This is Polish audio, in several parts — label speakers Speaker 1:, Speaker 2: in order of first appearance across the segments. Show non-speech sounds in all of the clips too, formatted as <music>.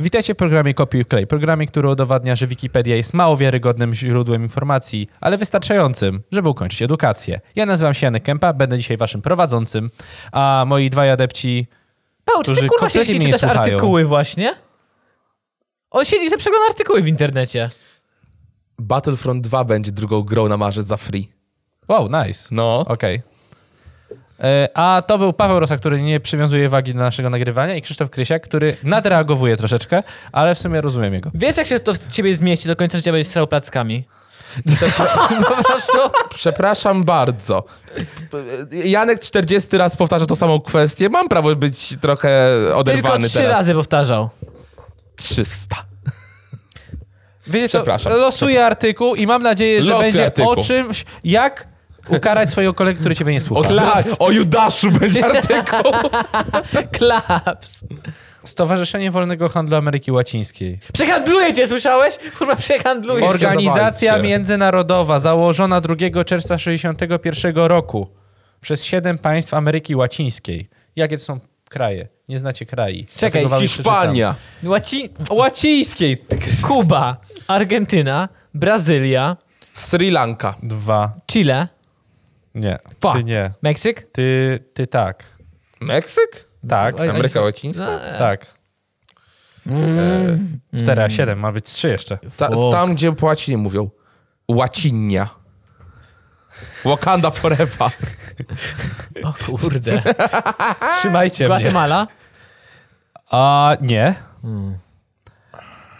Speaker 1: Witajcie w programie Copy and Clay, programie, który udowadnia, że Wikipedia jest mało wiarygodnym źródłem informacji, ale wystarczającym, żeby ukończyć edukację. Ja nazywam się Janek Kępa, będę dzisiaj waszym prowadzącym, a moi dwaj adepci...
Speaker 2: Patrz,
Speaker 1: którzy
Speaker 2: ty kurwa
Speaker 1: kompletnie
Speaker 2: siedzisz i
Speaker 1: mnie nie
Speaker 2: czytasz
Speaker 1: słuchają.
Speaker 2: artykuły właśnie? On siedzi i przegląda artykuły w internecie.
Speaker 3: Battlefront 2 będzie drugą grą na marzec za free.
Speaker 1: Wow, nice. <laughs>
Speaker 3: No.
Speaker 1: Okej. E, A to był Paweł Rosa, który nie przywiązuje wagi do naszego nagrywania i Krzysztof Krysiak, który nadreagowuje troszeczkę, ale w sumie rozumiem jego.
Speaker 2: Wiesz, jak się to w ciebie zmieści, do końca życia będziesz srał plackami. po prostu...
Speaker 3: Przepraszam bardzo. Janek 40 raz powtarza tą samą kwestię. Mam prawo być trochę
Speaker 2: Tylko
Speaker 3: oderwany
Speaker 2: trzy
Speaker 3: teraz.
Speaker 1: <laughs>
Speaker 2: razy powtarzał.
Speaker 3: 300.
Speaker 1: Wiecie co,
Speaker 3: Przepraszam.
Speaker 1: losuję artykuł i mam nadzieję, że
Speaker 3: Losuj
Speaker 1: będzie
Speaker 3: artykuł.
Speaker 1: o czymś, jak ukarać swojego kolegę, który ciebie nie
Speaker 3: O,
Speaker 1: słucha.
Speaker 3: tak, o Judaszu będzie artykuł.
Speaker 2: Klaps.
Speaker 1: Stowarzyszenie Wolnego Handlu Ameryki Łacińskiej.
Speaker 2: Przehandluję cię, słyszałeś? Kurwa, przehandluję
Speaker 3: Orga-
Speaker 2: cię.
Speaker 1: Organizacja
Speaker 3: dawajcie.
Speaker 1: międzynarodowa założona 2 czerwca 61 roku przez siedem państw Ameryki Łacińskiej. Jakie to są kraje? Nie znacie krai.
Speaker 2: Czekaj,
Speaker 1: Dlatego wam je przeczytam.
Speaker 3: <laughs> Hiszpania.
Speaker 2: Łaci...
Speaker 1: Łacińskiej.
Speaker 2: Kuba, Argentyna, Brazylia,
Speaker 3: Sri Lanka.
Speaker 1: Dwa.
Speaker 2: Chile,
Speaker 1: Nie.
Speaker 2: Fuck.
Speaker 1: Ty nie.
Speaker 2: Meksyk?
Speaker 1: Ty, ty tak.
Speaker 3: Meksyk?
Speaker 1: Tak,
Speaker 2: Oj,
Speaker 3: Ameryka
Speaker 2: oni-
Speaker 3: Łacińska?
Speaker 2: No, e,
Speaker 1: tak.
Speaker 2: Mm.
Speaker 1: E, Cztery, a siedem, ma być trzy jeszcze.
Speaker 3: Ta,
Speaker 2: fuck.
Speaker 3: tam, gdzie po łacinie mówią. Łacinia. Wakanda forever.
Speaker 2: O
Speaker 1: <laughs>
Speaker 2: kurde.
Speaker 1: Trzymajcie
Speaker 2: Gwatemala?
Speaker 1: A nie.
Speaker 2: Hmm.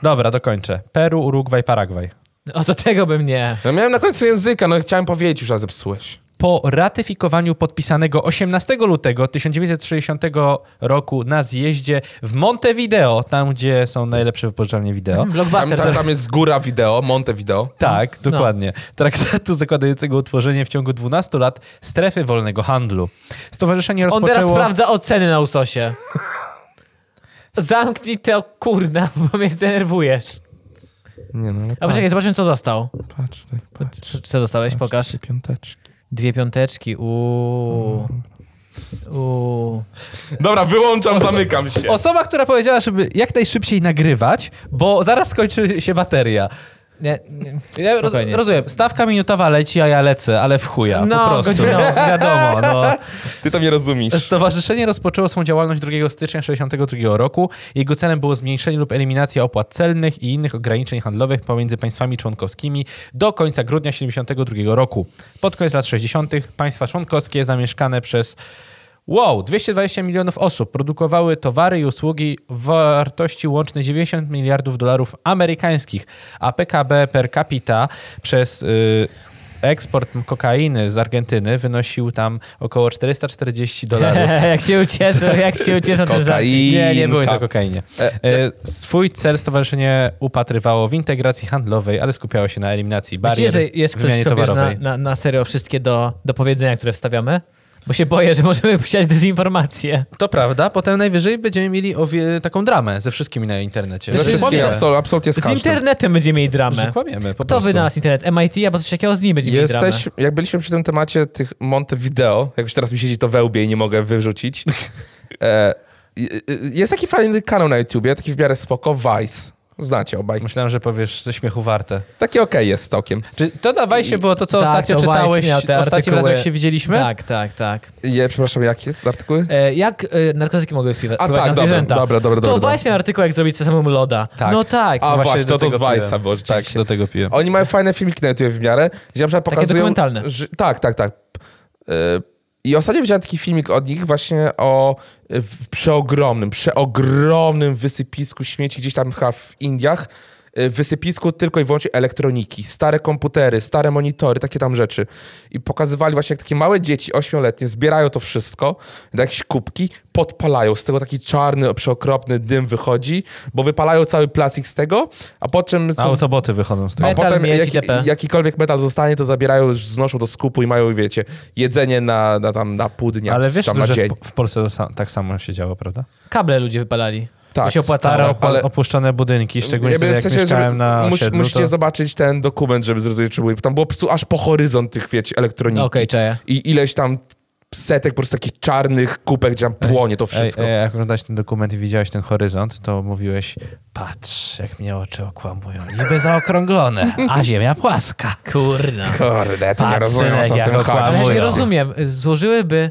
Speaker 1: Dobra, dokończę. Peru, Urugwaj, Paragwaj.
Speaker 2: O, do tego bym nie.
Speaker 3: No miałem na końcu języka, no chciałem powiedzieć już, a zepsułeś.
Speaker 1: Po ratyfikowaniu podpisanego 18 lutego 1960 roku na zjeździe w Montevideo, tam gdzie są najlepsze wypożyczalnie wideo.
Speaker 2: Mhm.
Speaker 3: Tam,
Speaker 2: Blockbuster.
Speaker 3: tam, tam jest góra wideo, Montevideo.
Speaker 1: Tak,
Speaker 2: No.
Speaker 1: dokładnie. Traktatu zakładającego utworzenie w ciągu 12 lat strefy wolnego handlu. Stowarzyszenie
Speaker 2: On
Speaker 1: rozpoczęło...
Speaker 2: teraz sprawdza oceny na usosie. Zamknij to kurna, bo mnie denerwujesz.
Speaker 3: Nie no, no
Speaker 2: A
Speaker 1: Tak.
Speaker 2: poczekaj, zobaczmy co dostał.
Speaker 3: patrz, tutaj, patrz.
Speaker 2: Co- Co dostałeś? Pokaż.
Speaker 3: Trzy piąteczki.
Speaker 2: Dwie piąteczki. Uuu. Uuu.
Speaker 3: Dobra, wyłączam, zamykam się.
Speaker 1: Osoba, która powiedziała, żeby jak najszybciej nagrywać, bo zaraz skończy się bateria.
Speaker 2: Nie, nie.
Speaker 1: Ja roz,
Speaker 2: Spokojnie.
Speaker 1: rozumiem, stawka minutowa leci, a ja lecę, ale w chuja,
Speaker 2: No,
Speaker 1: po prostu.
Speaker 2: godzinowo.
Speaker 1: Wiadomo,
Speaker 2: <laughs>
Speaker 1: no.
Speaker 3: Ty to nie rozumiesz.
Speaker 1: Stowarzyszenie rozpoczęło swą działalność 2 stycznia 1962 roku. Jego celem było zmniejszenie lub eliminacja opłat celnych i innych ograniczeń handlowych pomiędzy państwami członkowskimi do końca grudnia 1972 roku. Pod koniec lat 60. państwa członkowskie zamieszkane przez Wow, 220 milionów osób produkowały towary i usługi w wartości łącznej 90 miliardów dolarów amerykańskich, a PKB per capita przez y, eksport kokainy z Argentyny wynosił tam około 440 dolarów.
Speaker 2: <laughs> jak się ucieszył, jak się ucieszył ten żart.
Speaker 3: Kokain.
Speaker 1: <laughs> Nie, nie byłeś
Speaker 3: Inka.
Speaker 1: o kokainie. E, Swój cel stowarzyszenie upatrywało w integracji handlowej, ale skupiało się na eliminacji barier,
Speaker 2: Myślisz, że jest ktoś,
Speaker 1: wymianie
Speaker 2: kto wiesz na,
Speaker 1: towarowej.
Speaker 2: na, na serio wszystkie do, do powiedzenia, które wstawiamy? Bo się boję, że możemy posiać dezinformację.
Speaker 1: To prawda, potem najwyżej będziemy mieli owie, taką dramę ze wszystkimi na internecie.
Speaker 3: Ze
Speaker 1: Że
Speaker 3: wszystkim,
Speaker 1: powiedzą,
Speaker 3: absol, absolutnie z
Speaker 2: Z
Speaker 3: każdym.
Speaker 2: internetem będziemy mieli
Speaker 1: że
Speaker 2: dramę.
Speaker 1: kłamiemy po
Speaker 2: Kto
Speaker 1: prostu.
Speaker 2: wynalazł internet? MIT albo coś takiego z nim będziemy mieli dramę.
Speaker 3: Jesteś, jak byliśmy przy tym temacie tych Montevideo, jak już teraz mi siedzi to wełbie i nie mogę wyrzucić. e, y- y- jest taki fajny kanał na YouTubie, taki w miarę spoko, Vice. Znacie obaj.
Speaker 1: Myślałem, że powiesz ze śmiechu warte.
Speaker 3: Taki okej jest całkiem.
Speaker 1: Czy to dawaj się było to, co
Speaker 2: Tak,
Speaker 1: ostatnio
Speaker 2: to Vice
Speaker 1: czytałeś,
Speaker 2: miał te
Speaker 1: ostatnim razem jak
Speaker 2: artykuły.
Speaker 1: się widzieliśmy?
Speaker 2: Tak, tak, tak.
Speaker 3: Je, przepraszam, jakie z artykuły?
Speaker 2: E, jak e, narkotyki mogły wpływać
Speaker 3: A
Speaker 2: na
Speaker 3: tak, dobra,
Speaker 2: zwierzęta?
Speaker 3: dobra, dobra,
Speaker 2: to
Speaker 3: dobra.
Speaker 2: właśnie artykuł, jak zrobić samemu loda.
Speaker 1: Tak.
Speaker 2: No tak.
Speaker 3: A
Speaker 1: właśnie
Speaker 3: właśnie,
Speaker 1: do
Speaker 3: to, to z
Speaker 1: tego
Speaker 3: Vice'a
Speaker 1: piłem.
Speaker 3: było
Speaker 1: Tak,
Speaker 3: rzeczywiście.
Speaker 1: do tego piłem.
Speaker 3: Oni mają fajne filmiki na YouTubie w miarę, gdzie na przykład
Speaker 2: Takie
Speaker 3: pokazują...
Speaker 2: dokumentalne.
Speaker 3: Że, tak, tak, tak. Y, I ostatnio widziałem taki filmik od nich właśnie o y, w przeogromnym, przeogromnym wysypisku śmieci gdzieś tam chyba w Indiach. Y, Wysypisku tylko i wyłącznie elektroniki, stare komputery, stare monitory, takie tam rzeczy. I pokazywali właśnie, jak takie małe dzieci, ośmioletnie, zbierają to wszystko na jakieś kubki, podpalają. Z tego taki czarny, przeokropny dym wychodzi, bo wypalają cały plastik z tego, a po czym... co-
Speaker 1: Autoboty wychodzą z tego.
Speaker 3: a
Speaker 2: Metal,
Speaker 3: potem
Speaker 2: miedź
Speaker 3: jaki-
Speaker 2: itp.
Speaker 3: jakikolwiek metal zostanie, to zabierają, już znoszą do skupu i mają, wiecie, jedzenie na, na tam na pół dnia.
Speaker 1: Ale wiesz,
Speaker 3: tam na
Speaker 1: że
Speaker 3: dzień.
Speaker 1: w- w Polsce to sa- tak samo się działo, prawda?
Speaker 2: Kable ludzie wypalali.
Speaker 3: Tak,
Speaker 2: to się opłacało.
Speaker 1: Stare,
Speaker 3: staro,
Speaker 1: opu- opuszczone budynki, szczególnie
Speaker 3: Ja
Speaker 1: wtedy,
Speaker 3: bym-
Speaker 1: jak
Speaker 3: w sensie,
Speaker 1: mieszkałem
Speaker 3: żeby-
Speaker 1: na
Speaker 3: mus-
Speaker 1: osiedlu,
Speaker 3: Musicie
Speaker 1: to...
Speaker 3: zobaczyć ten dokument, żeby zrozumieć, czy był. Tam było po prostu aż po horyzont tych, wiecie, elektroniki.
Speaker 2: Okej, czeje.
Speaker 3: I ileś tam setek po prostu takich czarnych kupek, gdzie tam płonie to wszystko.
Speaker 1: Ej, ej, jak oglądałeś ten dokument i widziałeś ten horyzont, to mówiłeś, patrz, jak mnie oczy okłamują. Niby zaokrąglone, a ziemia płaska.
Speaker 2: Kurna.
Speaker 3: Kurde, to
Speaker 2: Patrzę,
Speaker 3: nie rozumiem, o co w
Speaker 2: jak
Speaker 3: tym
Speaker 2: Ale
Speaker 3: chodzi.
Speaker 2: Znaczy, ja
Speaker 1: Mój
Speaker 2: nie
Speaker 1: Boże.
Speaker 2: rozumiem, złożyłyby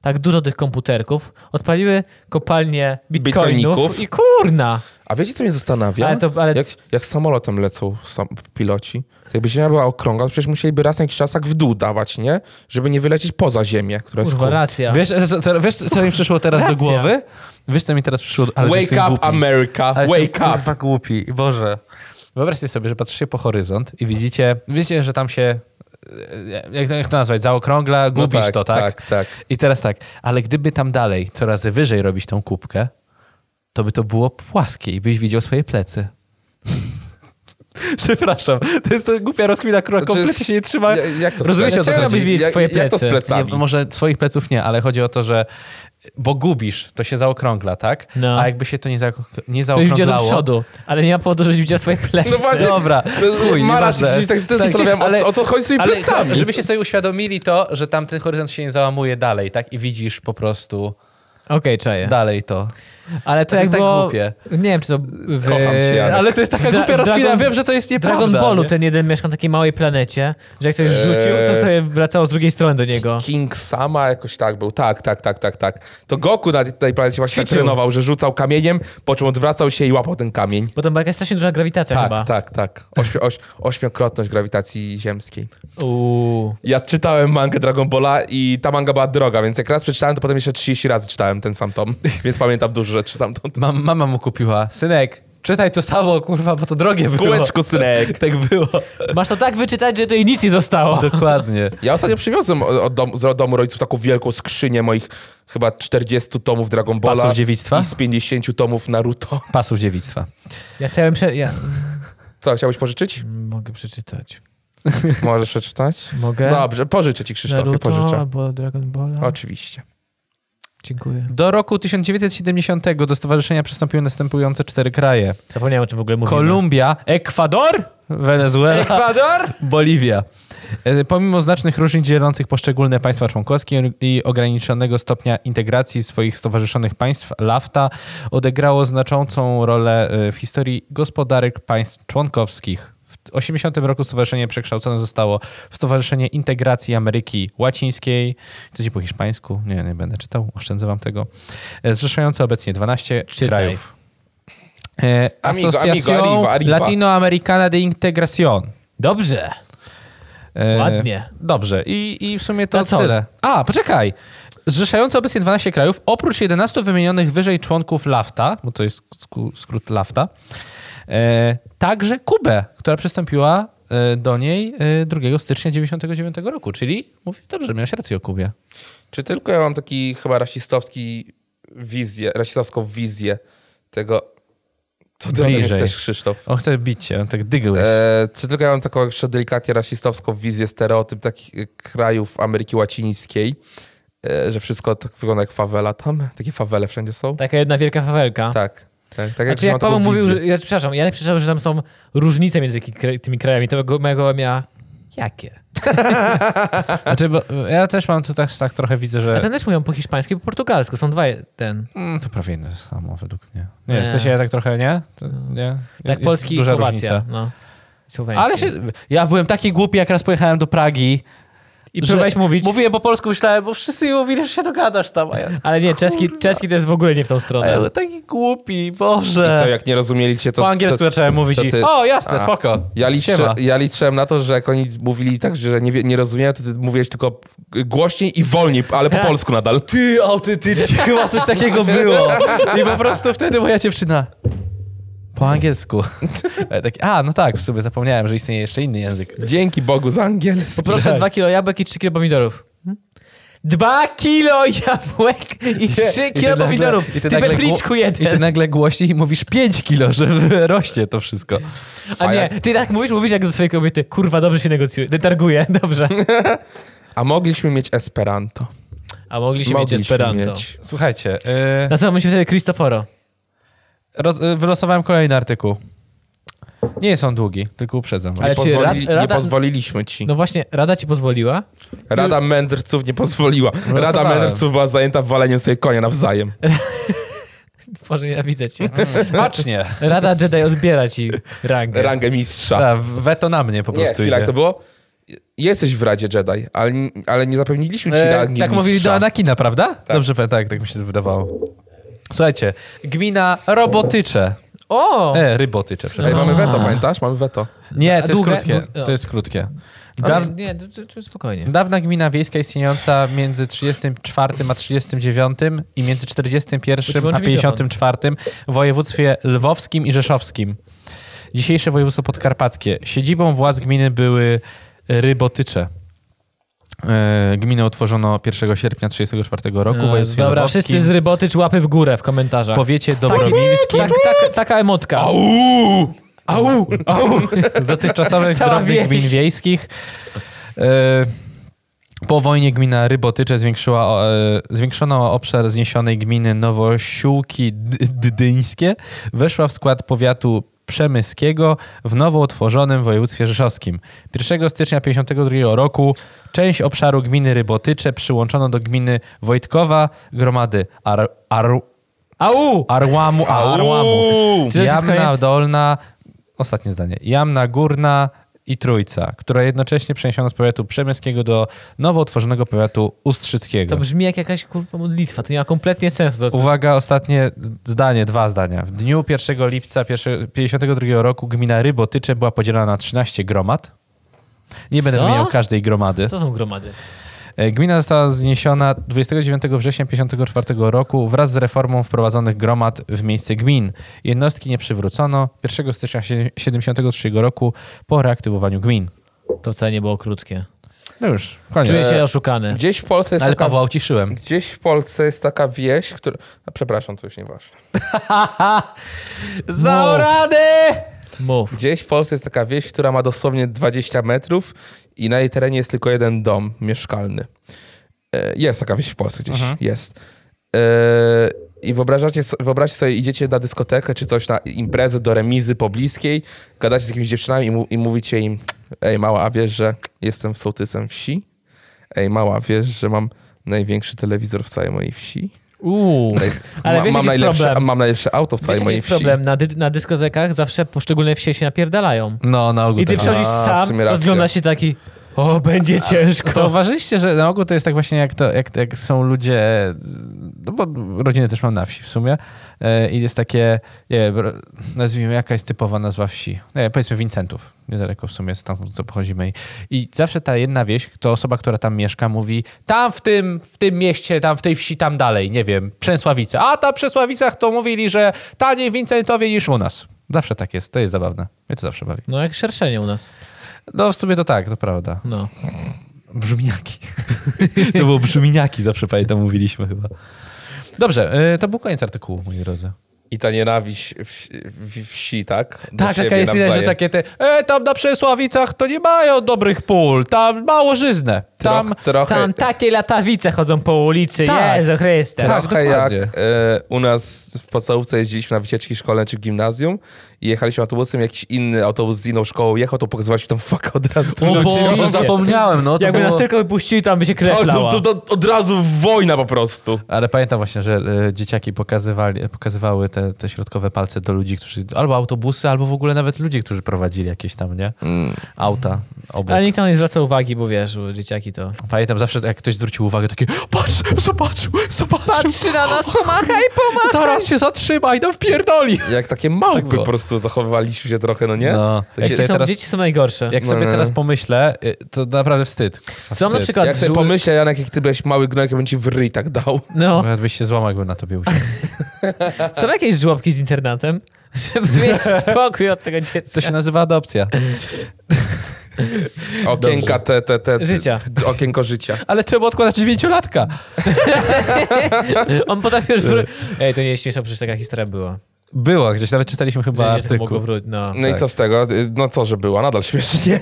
Speaker 2: tak dużo tych komputerków, odpaliły kopalnie bitcoinów
Speaker 3: Bitcoinników.
Speaker 2: i kurna.
Speaker 3: A wiecie, co mnie zastanawia?
Speaker 2: Ale to- ale-
Speaker 3: Jak, jak samolotem lecą sam, piloci, to jakby Ziemia była okrągła, to przecież musieliby raz na jakiś czas tak w dół dawać, nie? Żeby nie wylecieć poza Ziemię, która jest
Speaker 2: Kurwa,
Speaker 3: kół.
Speaker 2: racja.
Speaker 1: Wiesz, co- co- wiesz, co mi przyszło teraz do
Speaker 2: Racja.
Speaker 1: głowy? Wiesz, co mi teraz przyszło? Ale
Speaker 3: Wake
Speaker 1: jestem
Speaker 3: up,
Speaker 1: głupi.
Speaker 3: America!
Speaker 1: Ale
Speaker 3: Wake
Speaker 1: jestem,
Speaker 3: up!
Speaker 1: Kurwa głupi, Boże. Wyobraźcie sobie, że patrzycie po horyzont i widzicie, wiecie, że tam się, e, jak, jak to nazwać, zaokrągla, gubisz
Speaker 3: tak,
Speaker 1: to, tak?
Speaker 3: tak, tak.
Speaker 1: I teraz tak, ale gdyby tam dalej, coraz wyżej robić tą kubkę, to by to było płaskie i byś widział swoje plecy. <laughs> Przepraszam, to jest to głupia rozkmina, która
Speaker 3: Znaczy,
Speaker 1: kompletnie się nie trzyma.
Speaker 3: Ja- jak to
Speaker 1: Rozumiecie,
Speaker 3: sprawia?
Speaker 1: o co
Speaker 3: Chciałem,
Speaker 1: chodzi?
Speaker 3: aby wiedzieć
Speaker 2: Jak-
Speaker 3: twoje
Speaker 2: jak to z
Speaker 3: plecy.
Speaker 1: Nie, może swoich pleców nie, ale chodzi o to, że bo gubisz, to się zaokrągla, tak?
Speaker 2: No.
Speaker 1: A jakby się to nie, zaok- nie
Speaker 2: To już idzie do
Speaker 1: zaokrąglało,
Speaker 2: przodu, ale nie ma powodu, żebyś widział swoje plecy.
Speaker 3: No właśnie,
Speaker 1: Dobra, chuj,
Speaker 3: Mara,
Speaker 1: nieważne.
Speaker 3: się tak się zastanawiałem,
Speaker 1: ale-
Speaker 3: o, o co chodzi z tymi
Speaker 1: Ale
Speaker 3: plecami?
Speaker 1: żeby się sobie uświadomili to, że tam ten horyzont się nie załamuje dalej, tak? I widzisz po prostu
Speaker 2: Okej, czaję.
Speaker 1: dalej to.
Speaker 2: Ale to,
Speaker 1: To
Speaker 2: jak
Speaker 1: jest tak
Speaker 2: było...
Speaker 1: głupie.
Speaker 2: Nie wiem, czy to... W...
Speaker 3: Kocham cię, Jarek.
Speaker 1: Ale to jest taka
Speaker 2: Dra-
Speaker 1: głupia rozkmina,
Speaker 2: Dragon-
Speaker 1: wiem, że to jest nieprawda.
Speaker 2: Dragon Ballu
Speaker 1: nie?
Speaker 2: ten jeden mieszka na takiej małej planecie, że jak ktoś
Speaker 3: Eee.
Speaker 2: rzucił, to sobie wracało z drugiej strony do niego.
Speaker 3: King Sama jakoś tak był. Tak, tak, tak, tak, tak. To Goku na tej planecie właśnie tak
Speaker 2: Ćwiczył.
Speaker 3: trenował, że rzucał kamieniem, po czym odwracał się i łapał ten kamień.
Speaker 2: Bo tam była jakaś strasznie duża grawitacja
Speaker 3: Tak,
Speaker 2: chyba.
Speaker 3: tak, tak. Ośmi- oś- ośmiokrotność grawitacji ziemskiej.
Speaker 2: Uuu.
Speaker 3: Ja czytałem mangę Dragon Balla i ta manga była droga, więc jak raz przeczytałem, to potem jeszcze 30 razy czytałem ten sam tom, <laughs> więc pamiętam dużo rzeczy stamtąd.
Speaker 1: Ma- mama mu kupiła, synek, czytaj to samo, kurwa, bo to drogie było.
Speaker 3: Kółeczko, synek.
Speaker 1: <laughs> Tak było,
Speaker 2: Masz to tak wyczytać, że to i nic nie zostało.
Speaker 1: dokładnie.
Speaker 3: Ja ostatnio przywiozłem o- od dom, z domu rodziców taką wielką skrzynię moich chyba 40 tomów Dragon Balla.
Speaker 1: Pasów dziewictwa?
Speaker 3: I z 50 tomów Naruto. <laughs>
Speaker 1: Pasów dziewictwa.
Speaker 2: Ja chciałem prze... Ja... mm,
Speaker 3: Co, chciałbyś pożyczyć?
Speaker 2: Mogę przeczytać.
Speaker 3: Możesz przeczytać?
Speaker 2: Mogę?
Speaker 3: Dobrze, pożyczę ci Krzysztofie,
Speaker 2: Naruto
Speaker 3: pożyczę.
Speaker 2: albo Dragon Ball.
Speaker 3: Oczywiście.
Speaker 2: Dziękuję.
Speaker 1: Do roku 1970 do stowarzyszenia przystąpiły następujące cztery kraje.
Speaker 2: Zapomniałem, o czym w ogóle mówimy.
Speaker 1: Kolumbia, Ekwador, Wenezuela,
Speaker 2: Ekwador?
Speaker 1: Boliwia. E, Pomimo znacznych różnic dzielących poszczególne państwa członkowskie i ograniczonego stopnia integracji swoich stowarzyszonych państw, LAFTA odegrało znaczącą rolę e, w historii gospodarek państw członkowskich. W 80 roku stowarzyszenie przekształcone zostało w Stowarzyszenie Integracji Ameryki Łacińskiej. Chcecie po hiszpańsku? Nie, nie będę czytał, oszczędzę wam tego. E, Zrzeszające obecnie 12
Speaker 2: Czytaj.
Speaker 1: krajów. E,
Speaker 3: Amigo, amigo,
Speaker 1: Asociación
Speaker 3: arriba, arriba.
Speaker 1: Latinoamericana de Integración.
Speaker 2: Dobrze.
Speaker 3: Eee.
Speaker 1: E,
Speaker 2: Ładnie.
Speaker 1: Dobrze. I, I w sumie to
Speaker 2: To co?
Speaker 1: tyle. A, poczekaj. Zrzeszające obecnie 12 krajów, oprócz 11 wymienionych wyżej członków LAFTA, bo to jest sku- skrót LAFTA, e, także Kubę, która przystąpiła e, do niej e, 2 stycznia 99 roku. Czyli, mówię, dobrze, miałeś rację o Kubie.
Speaker 3: Czy tylko ja mam taki chyba rasistowski wizję, rasistowską wizję tego... Co ty Bliżej.
Speaker 1: Bliżej.
Speaker 3: chcesz, Krzysztof?
Speaker 1: On chce bić cię, on tak dygłeś.
Speaker 3: E, czy tylko ja mam taką jeszcze delikatnie rasistowską wizję, stereotyp takich e, krajów Ameryki Łacińskiej, e, że wszystko tak wygląda jak fawela tam? Takie fawele wszędzie są? Tak.
Speaker 2: Taka jedna wielka fawelka.
Speaker 3: Tak, tak, tak
Speaker 2: Znaczy,
Speaker 3: że
Speaker 2: jak
Speaker 3: mam taką
Speaker 2: Paweł mówił,
Speaker 3: wizję.
Speaker 2: że, ja, przepraszam, ja nie przeczytałem, że tam są różnice między ki- kra- tymi krajami. To go- mojego miała... Jakie?
Speaker 1: Znaczy, bo ja też mam tu tak, tak trochę widzę,
Speaker 2: A
Speaker 1: że...
Speaker 2: ten też mówią po hiszpańsku i po portugalsku. Są dwa je- ten. tak
Speaker 1: Mm, to prawie jedno samo według mnie. Nie,
Speaker 2: Nie.
Speaker 1: w sensie ja tak trochę, nie? To, nie?
Speaker 2: Tak
Speaker 1: Jest
Speaker 2: polski i
Speaker 1: duża
Speaker 2: Słowacja.
Speaker 1: różnica.
Speaker 2: No. I Słoweński.
Speaker 1: Ale się, ja byłem taki głupi, jak raz pojechałem do Pragi.
Speaker 2: I próbowałeś
Speaker 1: że
Speaker 2: mówić,
Speaker 1: Mówiłem po polsku, myślałem, bo wszyscy mi mówili, że się dogadasz tam. A ja,
Speaker 2: ale nie, czeski, czeski to jest w ogóle nie w tą
Speaker 1: a
Speaker 2: stronę.
Speaker 1: ja byłem taki głupi,
Speaker 3: I co,
Speaker 1: Boże.
Speaker 3: jak nie rozumieli cię, to...
Speaker 1: po angielsku
Speaker 3: to,
Speaker 1: zacząłem mówić
Speaker 3: to
Speaker 1: i
Speaker 3: ty-
Speaker 1: o, jasne,
Speaker 3: A.
Speaker 1: spoko.
Speaker 3: ja, liczę,
Speaker 1: Siema.
Speaker 3: ja liczyłem na to, że jak oni mówili tak, że nie, wie- nie rozumiałem, to ty mówiłeś tylko głośniej i wolniej, ale po polsku nadal.
Speaker 1: Ty autentycznie, <laughs> chyba coś takiego było. I po prostu wtedy moja dziewczyna... Po angielsku. <laughs> A ja Taki, a, no tak, w sumie zapomniałem, że istnieje jeszcze inny język.
Speaker 3: Dzięki Bogu za angielski.
Speaker 1: Tak.
Speaker 2: Proszę, dwa kilo jabłek i trzy kilo pomidorów. Hm? Dwa kilo jabłek i trzy kilo
Speaker 1: nagle-
Speaker 2: pomidorów.
Speaker 1: i
Speaker 2: I
Speaker 1: ty
Speaker 2: ty,
Speaker 1: nagle
Speaker 2: bepliczku
Speaker 1: I ty
Speaker 2: jeden.
Speaker 1: nagle głośniej mówisz 5 kilo, że rośnie to wszystko.
Speaker 2: A
Speaker 3: A
Speaker 2: nie,
Speaker 3: jak-
Speaker 2: ty tak mówisz, mówisz jak do swojej kobiety. Kurwa, dobrze się negocjuje. Detarguje, <laughs> dobrze.
Speaker 3: A mogliśmy mieć Esperanto.
Speaker 2: A mogliśmy, mieć Esperanto.
Speaker 1: Słuchajcie, y,
Speaker 2: Na co myśli wtedy Cristoforo?
Speaker 1: roz, y, wylosowałem kolejny artykuł. Nie jest on długi, tylko uprzedzam. was.
Speaker 2: Ale
Speaker 3: Nie,
Speaker 2: czy
Speaker 3: pozwoli,
Speaker 2: rad-
Speaker 3: nie
Speaker 2: rada-
Speaker 3: pozwoliliśmy ci.
Speaker 2: No właśnie, Rada ci pozwoliła?
Speaker 3: Rada mędrców nie pozwoliła.
Speaker 1: No,
Speaker 3: Rada
Speaker 1: Głosowałem.
Speaker 3: mędrców była zajęta waleniem sobie konia
Speaker 1: <laughs>
Speaker 3: nawzajem.
Speaker 2: Boże, nienawidzę cię.
Speaker 1: Smacznie.
Speaker 2: Rada Jedi odbiera ci rangę.
Speaker 3: Rangę mistrza.
Speaker 1: Ta, weto na mnie Tak. po
Speaker 3: Nie,
Speaker 1: prostu
Speaker 3: chwila,
Speaker 1: idzie.
Speaker 3: jak to było? Jesteś w Radzie Jedi, ale, ale nie zapewniliśmy ci
Speaker 1: E,
Speaker 3: rangi
Speaker 1: tak
Speaker 3: mistrza.
Speaker 1: mówili do Anakina, prawda? Dobrze, pe- tak, tak mi się wydawało. Słuchajcie, gmina Robotycze.
Speaker 2: O!
Speaker 1: E, Rybotycze,
Speaker 3: Ej,
Speaker 1: przepraszam.
Speaker 3: mamy weto, pamiętasz? Mamy weto.
Speaker 1: Nie,
Speaker 2: A
Speaker 1: to jest
Speaker 2: długie?
Speaker 1: krótkie.
Speaker 2: Dłu- o.
Speaker 1: To jest krótkie.
Speaker 2: Ale,
Speaker 1: Daw,
Speaker 2: nie, to, to, to spokojnie.
Speaker 1: dawna gmina wiejska istniejąca między 34 a 39 i między 41 a
Speaker 2: Wyłączy mikrofon.
Speaker 1: 54 w województwie lwowskim i rzeszowskim. Dzisiejsze województwo podkarpackie. Siedzibą władz gminy były Rybotycze. E, Gminę utworzono 1 sierpnia 1934 roku w województwie
Speaker 2: E, Dobra,
Speaker 1: lwowskim.
Speaker 2: wszyscy z Rybotycz łapy w górę w komentarzach.
Speaker 1: powiecie
Speaker 2: Taki,
Speaker 1: dobrowolskim
Speaker 2: tak, tak, taka emotka.
Speaker 3: Au! Au!
Speaker 1: <laughs>
Speaker 3: Au!
Speaker 1: z dotychczasowych
Speaker 2: Cała
Speaker 1: drobnych
Speaker 2: wieś.
Speaker 1: gmin wiejskich. E, Po wojnie gmina Rybotycze zwiększyła, o, e, zwiększono obszar zniesionej gminy Nowosiłki D- Dydyńskie. Weszła w skład powiatu przemyskiego w nowo utworzonym województwie rzeszowskim. 1 stycznia 1952 roku część obszaru gminy Rybotycze przyłączono do gminy Wojtkowa gromady Ar- Ar-
Speaker 2: Au!
Speaker 1: Arłamu, Arłamów.
Speaker 3: Au!
Speaker 2: Czy to już jest
Speaker 1: Jamna
Speaker 2: koniec?
Speaker 1: Dolna, ostatnie zdanie, Jamna Górna i Trójca, która jednocześnie przeniesiono z powiatu przemyskiego do nowo utworzonego powiatu ustrzyckiego.
Speaker 2: To brzmi jak jakaś kurwa modlitwa, to nie ma kompletnie sensu. To, co...
Speaker 1: Uwaga, ostatnie zdanie, dwa zdania. W dniu 1 lipca 1952 roku gmina Rybotycze była podzielona na 13 gromad. Nie będę
Speaker 2: Co?
Speaker 1: wymieniał każdej gromady.
Speaker 2: co są gromady?
Speaker 1: E, Gmina została zniesiona 29 września 1954 roku wraz z reformą wprowadzonych gromad w miejsce gmin. Jednostki nie przywrócono 1 stycznia 1973 roku po reaktywowaniu gmin.
Speaker 2: To wcale nie było krótkie.
Speaker 1: No już, koniec. E,
Speaker 2: Czuję się oszukany.
Speaker 3: Gdzieś w Polsce jest
Speaker 1: Tak. Ale
Speaker 3: taka...
Speaker 1: Pawła uciszyłem.
Speaker 3: Gdzieś w Polsce jest taka wieś, która... A, Przepraszam, to już nie wasze.
Speaker 1: Zaorady!
Speaker 2: Mów.
Speaker 3: Gdzieś w Polsce jest taka wieś, która ma dosłownie 20 metrów i na jej terenie jest tylko jeden dom mieszkalny. E, Jest taka wieś w Polsce gdzieś,
Speaker 2: Mhm.
Speaker 3: jest. E, I wyobrażacie, so- wyobraźcie sobie, idziecie na dyskotekę czy coś, na imprezę do remizy pobliskiej, gadacie z jakimiś dziewczynami i, mu, i mówicie im, ej mała, a wiesz, że jestem sołtysem wsi? Ej mała, wiesz, że mam największy telewizor w całej mojej wsi?
Speaker 2: Uuu. Ale
Speaker 3: Ma-
Speaker 2: wiesz,
Speaker 3: mam,
Speaker 2: jaki jest
Speaker 3: najlepsze,
Speaker 2: problem?
Speaker 3: mam najlepsze auto w
Speaker 2: Wiesz,
Speaker 3: całej
Speaker 2: jaki
Speaker 3: mojej
Speaker 2: jest
Speaker 3: wsi.
Speaker 2: problem? Na, dy- na dyskotekach zawsze poszczególne wsie się napierdalają.
Speaker 1: No, na ogół
Speaker 2: I ty
Speaker 1: tak.
Speaker 2: przychodzisz
Speaker 3: A, w
Speaker 2: sam,
Speaker 3: sumie racja.
Speaker 2: rozglądasz się taki, o, będzie ciężko.
Speaker 1: No Zauważyliście, że na ogół to jest tak właśnie, jak, to, jak, jak są ludzie, no bo rodziny też mam na wsi w sumie, e, i jest takie, nie wiem, ro- nazwijmy, jaka jest typowa nazwa wsi? Nie, powiedzmy Wincentów, niedaleko w sumie, stamtąd co pochodzimy. I, I zawsze ta jedna wieś, to osoba, która tam mieszka, mówi, tam w tym, w tym mieście, tam w tej wsi, tam dalej, nie wiem, Przęsławice. A ta w Przęsławicach to mówili, że taniej Wincentowie niż u nas. Zawsze tak jest, to jest zabawne. Mnie to zawsze bawi.
Speaker 2: No jak szerszenie u nas.
Speaker 1: No w sumie to tak, to prawda.
Speaker 2: No.
Speaker 1: Brzminiaki. <laughs> to było brzminiaki, zawsze pamiętam, mówiliśmy chyba. Dobrze, y, to był koniec artykułu, moi drodzy.
Speaker 3: I ta nienawiść w, w, wsi, tak? Do
Speaker 1: Tak, taka
Speaker 3: siebie
Speaker 1: jest idea, że
Speaker 3: nawzajem.
Speaker 1: takie te, e, tam na Przesławicach to nie mają dobrych pól, tam mało żyzne, tam...
Speaker 3: Troch, trochę,
Speaker 2: Tam takie latawice chodzą po ulicy,
Speaker 1: Tak.
Speaker 2: Jezu Chryste.
Speaker 1: Tak.
Speaker 3: trochę jak
Speaker 1: dokładnie.
Speaker 3: e, u nas w podstawówce jeździliśmy na wycieczki szkolne czy gimnazjum i jechaliśmy autobusem, jakiś inny autobus z inną szkołą jechał, to pokazywaliśmy tam fuck od razu.
Speaker 1: O Boże,
Speaker 2: ludzie.
Speaker 1: zapomniałem, no to
Speaker 2: Jakby
Speaker 1: było...
Speaker 2: nas tylko wypuścili, tam by się krew
Speaker 3: to,
Speaker 2: lała.
Speaker 3: to, to, to od razu wojna po prostu.
Speaker 1: Ale pamiętam właśnie, że y, dzieciaki pokazywali, pokazywały te, te środkowe palce do ludzi, którzy albo autobusy, albo w ogóle nawet ludzi, którzy prowadzili jakieś tam, nie? Auta obok.
Speaker 2: Ale nikt tam nie zwraca uwagi, bo wiesz, u dzieciaki to...
Speaker 1: Pamiętam zawsze, jak ktoś zwrócił uwagę, takie patrz, zobaczył, zobaczył.
Speaker 2: na nas, pomachaj, pomachaj.
Speaker 1: Zaraz się zatrzymaj, no wpierdoli.
Speaker 3: Jak takie małpy
Speaker 1: Tak było.
Speaker 3: po prostu zachowywaliśmy się trochę, no nie?
Speaker 1: No.
Speaker 3: Takie,
Speaker 1: Jak
Speaker 2: Są,
Speaker 1: sobie- teraz-
Speaker 2: Dzieci są najgorsze.
Speaker 1: Jak
Speaker 3: No,
Speaker 1: sobie
Speaker 3: no.
Speaker 1: teraz pomyślę, y, to naprawdę wstyd.
Speaker 2: Są na
Speaker 1: Wstyd.
Speaker 2: przykład...
Speaker 3: jak sobie
Speaker 2: żół-
Speaker 3: pomyślę, Janek, jak ty byłeś mały gnojek, ja bym ci w ryj tak
Speaker 1: <laughs>
Speaker 3: dał.
Speaker 2: No, <laughs>
Speaker 1: Nawet byś się złamał, jakby na tobie usiadł.
Speaker 2: są jakieś żłobki z internatem, <laughs> żeby mieć spokój od tego dziecka.
Speaker 1: To się nazywa adopcja.
Speaker 3: Okienka te, te, te, te.
Speaker 2: Życia.
Speaker 3: Okienko życia.
Speaker 1: Ale czemu odkładać dziewięciolatka?
Speaker 2: On potrafi już... Wró- Ej, to nie jest śmieszne, przecież taka historia była.
Speaker 1: Było, gdzieś nawet czytaliśmy
Speaker 2: Że
Speaker 1: chyba
Speaker 2: dziecko mogło
Speaker 1: artykuł.
Speaker 2: wrócić, no. <laughs>
Speaker 3: No i
Speaker 1: Tak.
Speaker 3: co z tego? No co, że była? Nadal <laughs> śmiesznie.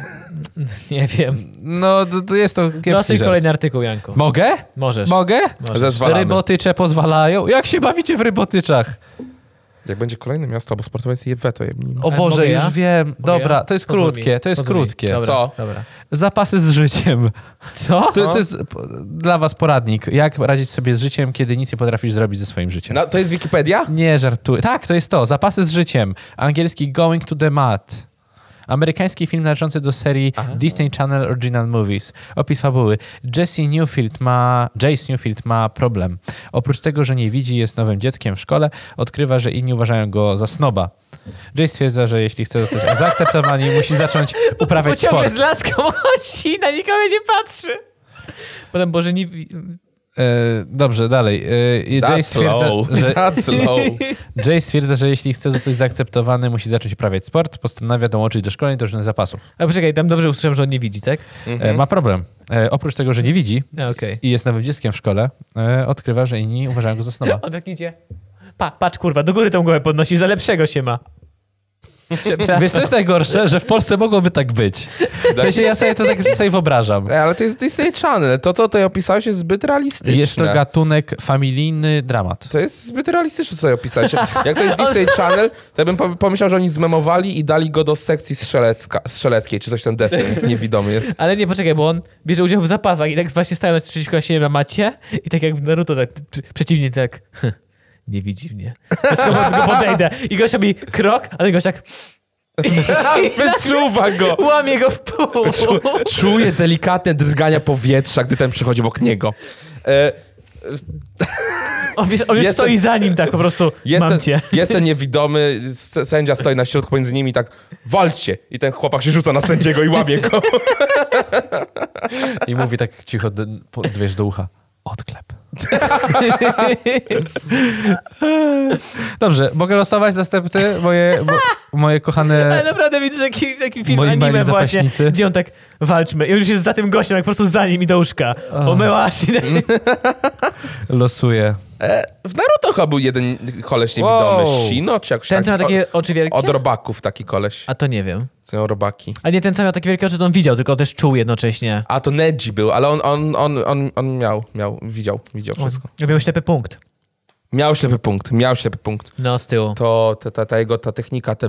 Speaker 2: Nie wiem.
Speaker 1: No, to, to jest to kiepski
Speaker 2: Losuj
Speaker 1: żart.
Speaker 2: kolejny artykuł, Janku.
Speaker 1: Mogę?
Speaker 2: Możesz.
Speaker 1: Mogę?
Speaker 2: Możesz.
Speaker 3: Zezwalamy.
Speaker 1: E, Rybotycze pozwalają? Jak się bawicie w rybotyczach?
Speaker 3: Jak będzie kolejne miasto albo sportowiec, je weto jebnijmy.
Speaker 1: O
Speaker 2: E,
Speaker 1: Boże,
Speaker 2: mogę
Speaker 1: już
Speaker 2: ja?
Speaker 1: wiem. Dobra, to jest
Speaker 2: Pozwól mi,
Speaker 1: krótkie, to jest
Speaker 2: pozwól mi.
Speaker 1: krótkie.
Speaker 2: Dobra,
Speaker 3: Co?
Speaker 2: Dobra.
Speaker 1: Zapasy z życiem.
Speaker 2: Co?
Speaker 1: To, to jest p- dla was poradnik. Jak radzić sobie z życiem, kiedy nic nie potrafisz zrobić ze swoim życiem?
Speaker 3: No, to jest Wikipedia?
Speaker 1: Nie żartuję. Tak, to jest to. Zapasy z życiem. Angielski Going to the Mat. Amerykański film należący do serii Disney Channel Original Movies. Opis fabuły. Jesse Newfield ma, Jace Newfield ma problem. Oprócz tego, że nie widzi, jest nowym dzieckiem w szkole, odkrywa, że inni uważają go za snoba. Jace stwierdza, że jeśli chce zostać zaakceptowany, musi zacząć
Speaker 2: Bo
Speaker 1: uprawiać
Speaker 2: ciągle
Speaker 1: sport.
Speaker 2: z laską chodzi i na nikogo nie patrzy. Potem Boże nie...
Speaker 1: E, dobrze, dalej. E, Jace stwierdza, że
Speaker 3: <laughs> That's low.
Speaker 1: Jay stwierdza, że jeśli chce zostać zaakceptowany, musi zacząć uprawiać sport. Postanawia dołączyć do szkoleń drużyny zapasów.
Speaker 2: A poczekaj, tam dobrze usłyszałem, że on nie widzi, tak?
Speaker 1: E, ma problem. E, oprócz tego, że nie widzi
Speaker 2: A, Okej.
Speaker 1: i jest nowym dzieckiem w szkole, e, odkrywa, że inni uważają go za snoba.
Speaker 2: On tak idzie. Pa, patrz kurwa, do góry tą głowę podnosi, za lepszego się ma. Przepraszam.
Speaker 1: Wiesz, co jest najgorsze? Że w Polsce mogłoby tak być. W sensie ja sobie to tak sobie wyobrażam.
Speaker 3: E, Ale to jest Disney Channel. To, co tutaj opisałeś, jest zbyt realistyczne.
Speaker 1: Jest to gatunek familijny dramat.
Speaker 3: To jest zbyt realistyczne, co <laughs> opisałeś. Jak to jest Disney Channel, to ja bym pom- pomyślał, że oni zmemowali i dali go do sekcji strzelecka, strzeleckiej, czy coś ten <laughs> deser niewidomy jest.
Speaker 2: Ale nie, poczekaj, bo on bierze udział w zapasach i tak właśnie stają przeciwko siebie na macie i tak jak w Naruto, tak przy- przeciwnie tak nie widzi mnie. Bez powodu tylko podejdę. I gościa mi krok, a ten gość tak
Speaker 3: Wyczuwa go!
Speaker 2: łamie go w <laughs> pół.
Speaker 3: Czuje delikatne drgania powietrza, gdy ten przychodzi obok niego. E,
Speaker 2: On, wiesz, on już
Speaker 3: Jestem-
Speaker 2: stoi za nim tak po prostu, mam cię. <laughs>
Speaker 3: jestem, <laughs> jestem niewidomy, s- sędzia stoi na środku między nimi i tak walczcie. I ten chłopak się rzuca na sędziego i łamie go. <laughs>
Speaker 1: I mówi tak cicho, do, po- wiesz, do ucha. Odklep. Dobrze, mogę losować następny? Moje, mo, moje kochane...
Speaker 2: Ale naprawdę widzę taki, taki film
Speaker 1: Moi
Speaker 2: anime
Speaker 1: mali
Speaker 2: właśnie,
Speaker 1: zapaśnicy.
Speaker 2: gdzie on tak walczmy i on już jest za tym gościem, jak po prostu za nim i do łóżka. Omyła się. <laughs>
Speaker 3: Mm, tak,
Speaker 1: Losuję.
Speaker 3: E, w Naruto chyba był jeden koleś niewidomy,
Speaker 1: Wow.
Speaker 3: Shino, czy jakoś
Speaker 2: Ten, co ma
Speaker 3: tak.
Speaker 2: takie oczy wielkie?
Speaker 3: Od robaków taki koleś.
Speaker 2: A to nie wiem.
Speaker 3: Co miał robaki.
Speaker 2: A nie ten, co miał takie wielkie oczy, to on widział, tylko też czuł jednocześnie.
Speaker 3: A to Neji był, ale on, on, on, on, on miał, miał, widział, widział wszystko.
Speaker 2: Ja miał ślepy punkt.
Speaker 3: Miał ślepy punkt, miał ślepy punkt.
Speaker 2: No, z tyłu.
Speaker 3: To ta, ta, ta jego ta technika, te...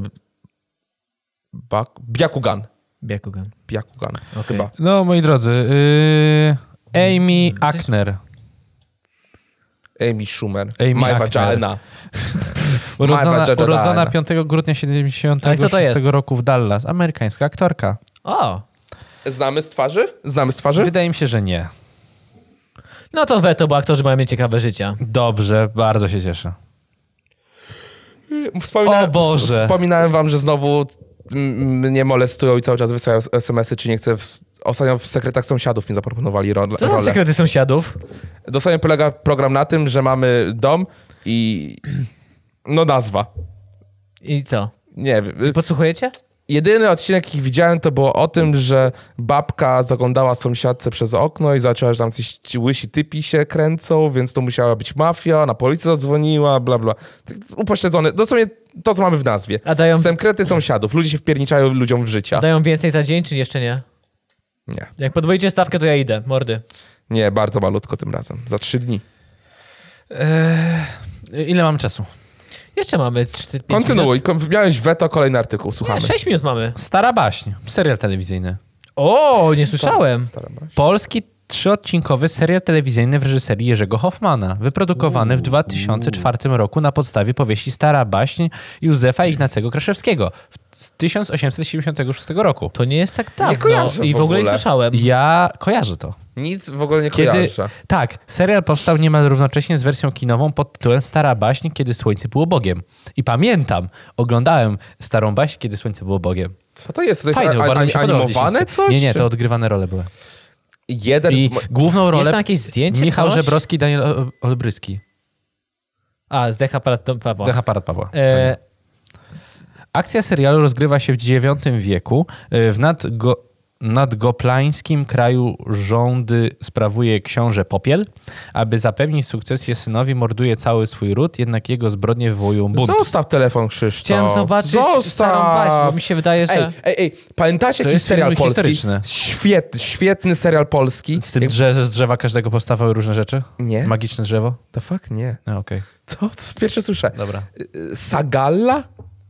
Speaker 3: Bak... Byakugan.
Speaker 2: Byakugan.
Speaker 3: Byakugan, chyba.
Speaker 1: No, moi drodzy, yy,
Speaker 2: Mm,
Speaker 1: Amy Ackner,
Speaker 3: Amy Schumer.
Speaker 1: Amy
Speaker 3: Majwa
Speaker 1: Ackner.
Speaker 3: Jalena.
Speaker 1: urodzona,
Speaker 3: Jada
Speaker 1: urodzona
Speaker 3: Diana.
Speaker 1: 5 grudnia
Speaker 2: Ale kto to
Speaker 1: 76
Speaker 2: jest?
Speaker 1: roku w Dallas, amerykańska aktorka.
Speaker 2: O!
Speaker 3: Znamy z twarzy? Znamy z twarzy?
Speaker 1: Wydaje mi się, że nie.
Speaker 2: No to weto, bo aktorzy mają mieć ciekawe życia.
Speaker 1: Dobrze, bardzo się cieszę.
Speaker 3: Wspominałem,
Speaker 1: O Boże.
Speaker 3: Wspominałem wam, że znowu mm, mnie molestują i cały czas wysyłają SMS-y, czy nie chcę... W... Ostatnio w sekretach sąsiadów mi zaproponowali ro-
Speaker 2: Co są
Speaker 3: rolę.
Speaker 2: sekrety sąsiadów?
Speaker 3: Dosłownie polega program na tym, że mamy dom i... <clears throat> No nazwa.
Speaker 2: I co?
Speaker 3: Nie wiem.
Speaker 2: Podsłuchujecie?
Speaker 3: Jedyny odcinek, jaki widziałem, to było o tym, że babka zaglądała sąsiadce przez okno i zaczęła, że tam coś ci łysi typi się kręcą, więc to musiała być mafia, na policję zadzwoniła, bla, bla. Tak Upośledzone. Dosłownie to, co mamy w nazwie.
Speaker 2: A dają,
Speaker 3: Sekrety sąsiadów. Ludzie się wpierniczają ludziom w życie.
Speaker 2: dają więcej za dzień, czy jeszcze nie?
Speaker 3: Nie.
Speaker 2: Jak podwoicie stawkę, to ja idę. Mordy.
Speaker 3: Nie, bardzo malutko tym razem. Za trzy dni.
Speaker 2: Y,
Speaker 1: ile mam czasu?
Speaker 2: Jeszcze mamy 4
Speaker 3: Kontynuuj. Kon- Miałeś weto, kolejny artykuł. Słuchamy.
Speaker 2: 6 minut mamy.
Speaker 1: Stara baśń, serial telewizyjny.
Speaker 2: O, nie słyszałem.
Speaker 3: Stara baś.
Speaker 1: Polski trzyodcinkowy serial telewizyjny w reżyserii Jerzego Hoffmana, wyprodukowany w 2004 roku na podstawie powieści Stara baśń Józefa Ignacego Kraszewskiego w- z 1876 roku.
Speaker 2: To nie jest tak dawno.
Speaker 3: kojarzę
Speaker 2: I
Speaker 3: w
Speaker 2: w ogóle nie
Speaker 3: ogóle.
Speaker 2: słyszałem.
Speaker 1: Ja kojarzę to.
Speaker 3: Nic w ogóle nie
Speaker 1: Kiedy-
Speaker 3: kojarzę.
Speaker 1: Tak, serial powstał niemal równocześnie z wersją kinową pod tytułem Stara baśń, kiedy słońce było Bogiem. I pamiętam, oglądałem Starą baśń, kiedy słońce było Bogiem.
Speaker 3: Co to jest? To jest
Speaker 1: Fajne,
Speaker 3: a-
Speaker 1: bardzo mi się
Speaker 3: a-
Speaker 1: podobało
Speaker 3: animowane
Speaker 1: dzieciństwo.
Speaker 3: coś?
Speaker 1: Nie, nie, to odgrywane role były.
Speaker 3: Jeden
Speaker 1: I
Speaker 3: z... mo-
Speaker 1: główną
Speaker 2: Jest
Speaker 1: rolę
Speaker 2: tam jakieś zdjęcie?
Speaker 1: Michał
Speaker 2: coś?
Speaker 1: Żebrowski, Daniel O- Olbryski.
Speaker 2: A, zdech aparat do Pawła.
Speaker 1: Dech aparat Pawła.
Speaker 2: E,
Speaker 1: Akcja serialu rozgrywa się w IX wieku e, w nadgo, nadgoplańskim kraju rządy sprawuje książę Popiel. Aby zapewnić sukcesję synowi, morduje cały swój ród, jednak jego zbrodnie wywołują bunt.
Speaker 3: Zostaw telefon, Krzysztof.
Speaker 2: chciałem zobaczyć starą baśń, bo mi się wydaje, że...
Speaker 3: Ej, ej, ej, pamiętacie
Speaker 1: To
Speaker 3: jakiś
Speaker 1: jest
Speaker 3: serial
Speaker 1: film
Speaker 3: polski?
Speaker 1: historyczny.
Speaker 3: Świetny, świetny serial polski.
Speaker 1: Z tym drze- z drzewa każdego powstawały różne rzeczy?
Speaker 3: Nie.
Speaker 1: Magiczne drzewo?
Speaker 3: The fuck? Nie.
Speaker 1: No, okej.
Speaker 3: To, to pierwsze słyszę.
Speaker 1: Dobra.
Speaker 3: Y, Sagalla?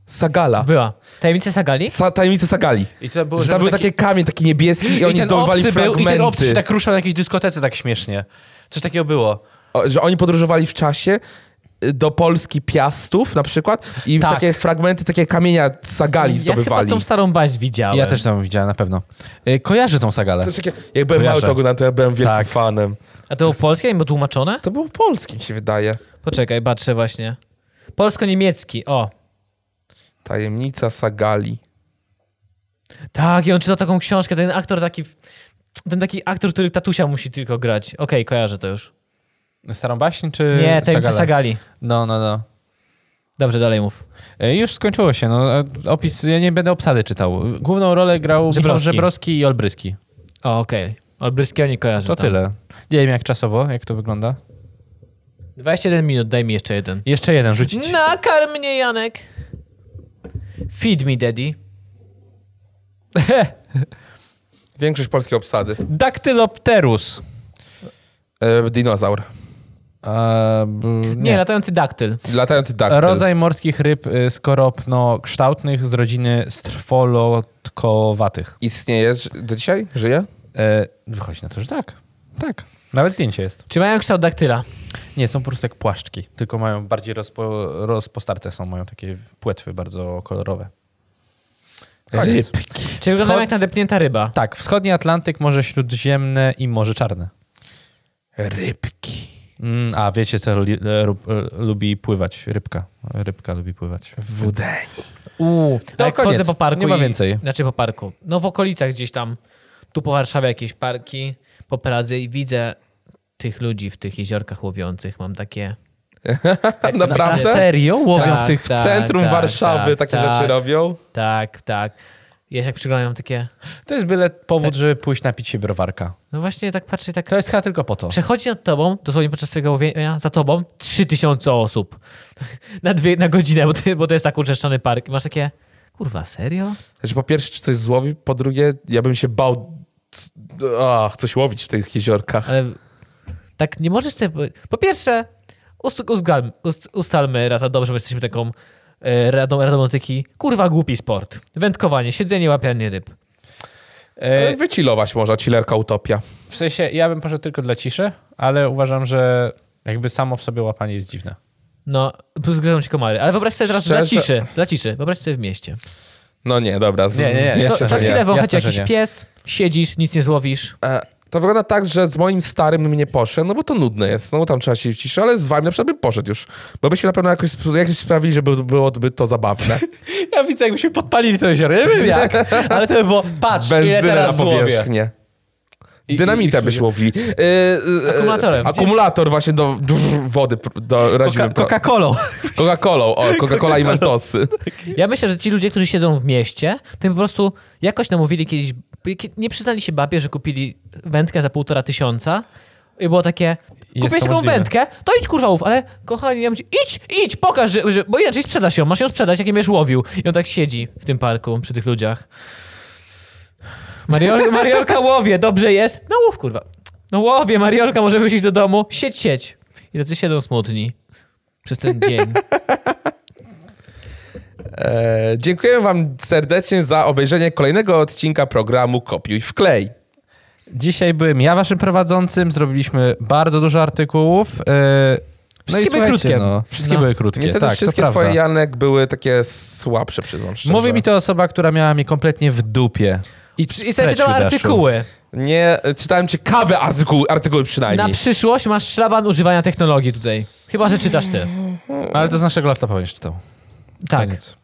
Speaker 3: Sagala.
Speaker 2: Była. Tajemnice Sagali?
Speaker 3: Sa, tajemnice Sagali.
Speaker 1: I to było,
Speaker 3: Że
Speaker 1: że
Speaker 3: tam był
Speaker 1: był
Speaker 3: taki kamień, taki niebieski i oni
Speaker 1: ten
Speaker 3: zdobywali
Speaker 1: obcy był,
Speaker 3: fragmenty.
Speaker 1: I ten obcy się tak ruszał na jakiejś dyskotece tak śmiesznie. Coś takiego było.
Speaker 3: O, że oni podróżowali w czasie y, do Polski Piastów na przykład i
Speaker 1: Tak.
Speaker 3: takie fragmenty, takie kamienia z Sagali
Speaker 2: ja chyba
Speaker 3: zdobywali.
Speaker 2: tą starą baść widziałem.
Speaker 1: Ja też tam widziałem, na pewno. Y, Kojarzę tą sagalę.
Speaker 3: Coś Znaczy, takie, jak byłem mały
Speaker 1: Kojarzę.
Speaker 3: to oglądałem, to ja byłem wielkim
Speaker 1: Tak.
Speaker 3: fanem.
Speaker 2: A to było polskie? Nie było tłumaczone?
Speaker 3: To było polski, mi się wydaje.
Speaker 2: Poczekaj, patrzę właśnie. Polsko-niemiecki, o.
Speaker 3: Tajemnica Sagali.
Speaker 2: Tak, i on czytał taką książkę, ten aktor taki... Ten taki aktor, który tatusia musi tylko grać. Okej, kojarzę to już.
Speaker 1: Starą baśń czy
Speaker 2: Nie, tajemnice
Speaker 1: sagalę?
Speaker 2: Y, Sagali.
Speaker 1: No, no, no.
Speaker 2: Dobrze, dalej mów.
Speaker 1: E, Już skończyło się. No, e, opis, ja nie będę obsady czytał. Główną rolę grał Żebrowski, Michał
Speaker 2: Żebrowski.
Speaker 1: Żebrowski i Olbryski.
Speaker 2: O, okej. Olbryskiego nie kojarzę.
Speaker 1: To
Speaker 2: tam.
Speaker 1: tyle. Nie wiem jak czasowo, jak to wygląda.
Speaker 2: 21 minut, daj mi jeszcze jeden.
Speaker 1: Jeszcze jeden rzucić.
Speaker 2: No. Nakarm mnie, Janek. Feed me, daddy.
Speaker 3: Większość polskiej obsady.
Speaker 1: Daktylopterus.
Speaker 3: E, dinozaur.
Speaker 1: E, b-
Speaker 2: Nie, latający daktyl.
Speaker 3: Latający daktyl.
Speaker 1: Rodzaj morskich ryb y, skoropno-kształtnych z rodziny strwolotkowatych.
Speaker 3: Istnieje ż- do dzisiaj? Żyje?
Speaker 1: E, wychodzi na to, że tak. Tak. Nawet zdjęcie jest.
Speaker 2: Czy mają kształt daktyla?
Speaker 1: Nie, są po prostu jak płaszczki, tylko mają bardziej rozpo, rozpostarte są, mają takie płetwy bardzo kolorowe. Koniec.
Speaker 2: Czy wyglądają
Speaker 1: Schod-
Speaker 2: jak nadepnięta ryba?
Speaker 1: Tak, wschodni Atlantyk, Morze Śródziemne i Morze Czarne.
Speaker 3: Rybki.
Speaker 1: Mm, a wiecie, co li, e, rób, e, lubi pływać? Rybka. Rybka lubi pływać.
Speaker 3: Wudeń.
Speaker 2: Uuu,
Speaker 1: To
Speaker 2: jak
Speaker 1: koniec.
Speaker 2: chodzę po parku
Speaker 1: Nie ma
Speaker 2: i-
Speaker 1: więcej.
Speaker 2: Znaczy po parku. No w okolicach gdzieś tam, tu po Warszawie jakieś parki, po Pradze i widzę tych ludzi w tych jeziorkach łowiących. Mam takie...
Speaker 1: <laughs>
Speaker 3: Naprawdę?
Speaker 1: serio? Łowią
Speaker 2: Tak,
Speaker 1: w tych...
Speaker 3: W centrum
Speaker 2: tak,
Speaker 3: Warszawy
Speaker 2: tak,
Speaker 3: takie
Speaker 2: tak,
Speaker 3: rzeczy robią.
Speaker 2: Tak, tak. Ja się jak przyglądam takie...
Speaker 1: To jest byle powód, żeby pójść napić się browarka.
Speaker 2: No właśnie tak patrzę i tak...
Speaker 1: To jest chyba tylko po to.
Speaker 2: Przechodzi nad tobą, dosłownie podczas twojego łowienia, za tobą 3000 osób <laughs> na, dwie, na godzinę, bo to, bo to jest tak uczeszczony park. I masz takie, kurwa, serio?
Speaker 3: Znaczy, po pierwsze, czy coś złowi, po drugie, ja bym się bał c- ach, coś łowić w tych jeziorkach.
Speaker 2: Ale tak nie możesz sobie... powie- Po pierwsze, ust, uzgalm, ust, ustalmy raz, a dobrze, bo jesteśmy taką e, radą radomotyki. Kurwa, głupi sport. Wędkowanie, siedzenie, łapianie ryb.
Speaker 1: E,
Speaker 3: Wycilować można, chillerka utopia.
Speaker 1: w sensie, ja bym poszedł tylko dla ciszy, ale uważam, że jakby samo w sobie łapanie jest dziwne.
Speaker 2: No, plus gryzą ci komary. Ale wyobraź sobie teraz dla
Speaker 3: Szczerze-
Speaker 2: ciszy, dla ciszy, wyobraź sobie w mieście.
Speaker 3: No nie, dobra. Z,
Speaker 1: Nie, nie, nie.
Speaker 3: zmienia
Speaker 2: Co,
Speaker 3: się,
Speaker 2: co
Speaker 3: że nie.
Speaker 2: chwilę wąchać
Speaker 1: Jasne, że
Speaker 2: jakiś
Speaker 1: nie.
Speaker 2: pies, siedzisz, nic nie złowisz.
Speaker 3: E, to wygląda tak, że z moim starym bym nie poszedł, no bo to nudne jest, no bo tam trzeba się ciszyć, ale z wami na przykład bym poszedł już, bo byśmy na pewno jakoś, sp- jakoś sprawili, żeby byłoby to
Speaker 2: <laughs>
Speaker 3: zabawne.
Speaker 1: Ja widzę, jakbyśmy podpalili to jezioro. Nie wiem jak, ale to by było, patrz, ile
Speaker 3: Benzyny na
Speaker 1: teraz złowię.
Speaker 3: powierzchnię.
Speaker 1: I-
Speaker 3: Dynamita
Speaker 1: i- i-
Speaker 3: byśmy łowili. E, e, e,
Speaker 2: Akumulatorem.
Speaker 3: Akumulator właśnie do dużo wody pr- do radzimy. pro-
Speaker 1: Coca-Colą. <laughs>
Speaker 3: Coca-Colą, o, Coca-Cola i Mentosy.
Speaker 2: Ja myślę, że ci ludzie, którzy siedzą w mieście, to im po prostu jakoś namówili kiedyś, nie przyznali się babie, że kupili wędkę za półtora tysiąca i było takie,
Speaker 1: to
Speaker 2: kupiłeś taką
Speaker 1: możliwe.
Speaker 2: wędkę, to idź kurwa łów, ale kochani, ja mówię, ci, idź, idź, pokaż, że, że, bo inaczej sprzedasz ją, masz ją sprzedać, jak nie będziesz łowił. I on tak siedzi w tym parku, przy tych ludziach. Mariol, Mariolka łowie, dobrze jest? No łów kurwa. No łowie, Mariolka, może wyjść do domu, siedź, siedź. I tacy siedzą smutni przez ten dzień.
Speaker 3: E, dziękuję wam serdecznie za obejrzenie kolejnego odcinka programu Kopiuj w klej.
Speaker 1: Dzisiaj byłem ja waszym prowadzącym, zrobiliśmy bardzo dużo artykułów. e,
Speaker 2: Wszystkie były
Speaker 1: słuchajcie,
Speaker 2: krótkie.
Speaker 1: No, wszystkie
Speaker 2: No.
Speaker 1: były krótkie,
Speaker 3: Niestety
Speaker 1: tak,
Speaker 3: wszystkie
Speaker 1: to
Speaker 3: twoje,
Speaker 1: prawda.
Speaker 3: Janek, były takie słabsze, przyznam szczerze.
Speaker 1: Mówi mi to osoba, która miała mnie kompletnie w dupie. I,
Speaker 2: I sobie czytał
Speaker 1: Leciu, Daszu.
Speaker 2: artykuły.
Speaker 3: Nie, e, czytałem ciekawe artykuły, artykuły
Speaker 2: Na
Speaker 3: przynajmniej.
Speaker 2: przyszłość masz szlaban używania technologii tutaj. Chyba, że czytasz ty.
Speaker 1: Ale to z naszego Tak. laptopa będziesz czytał.
Speaker 2: Tak.
Speaker 1: Koniec.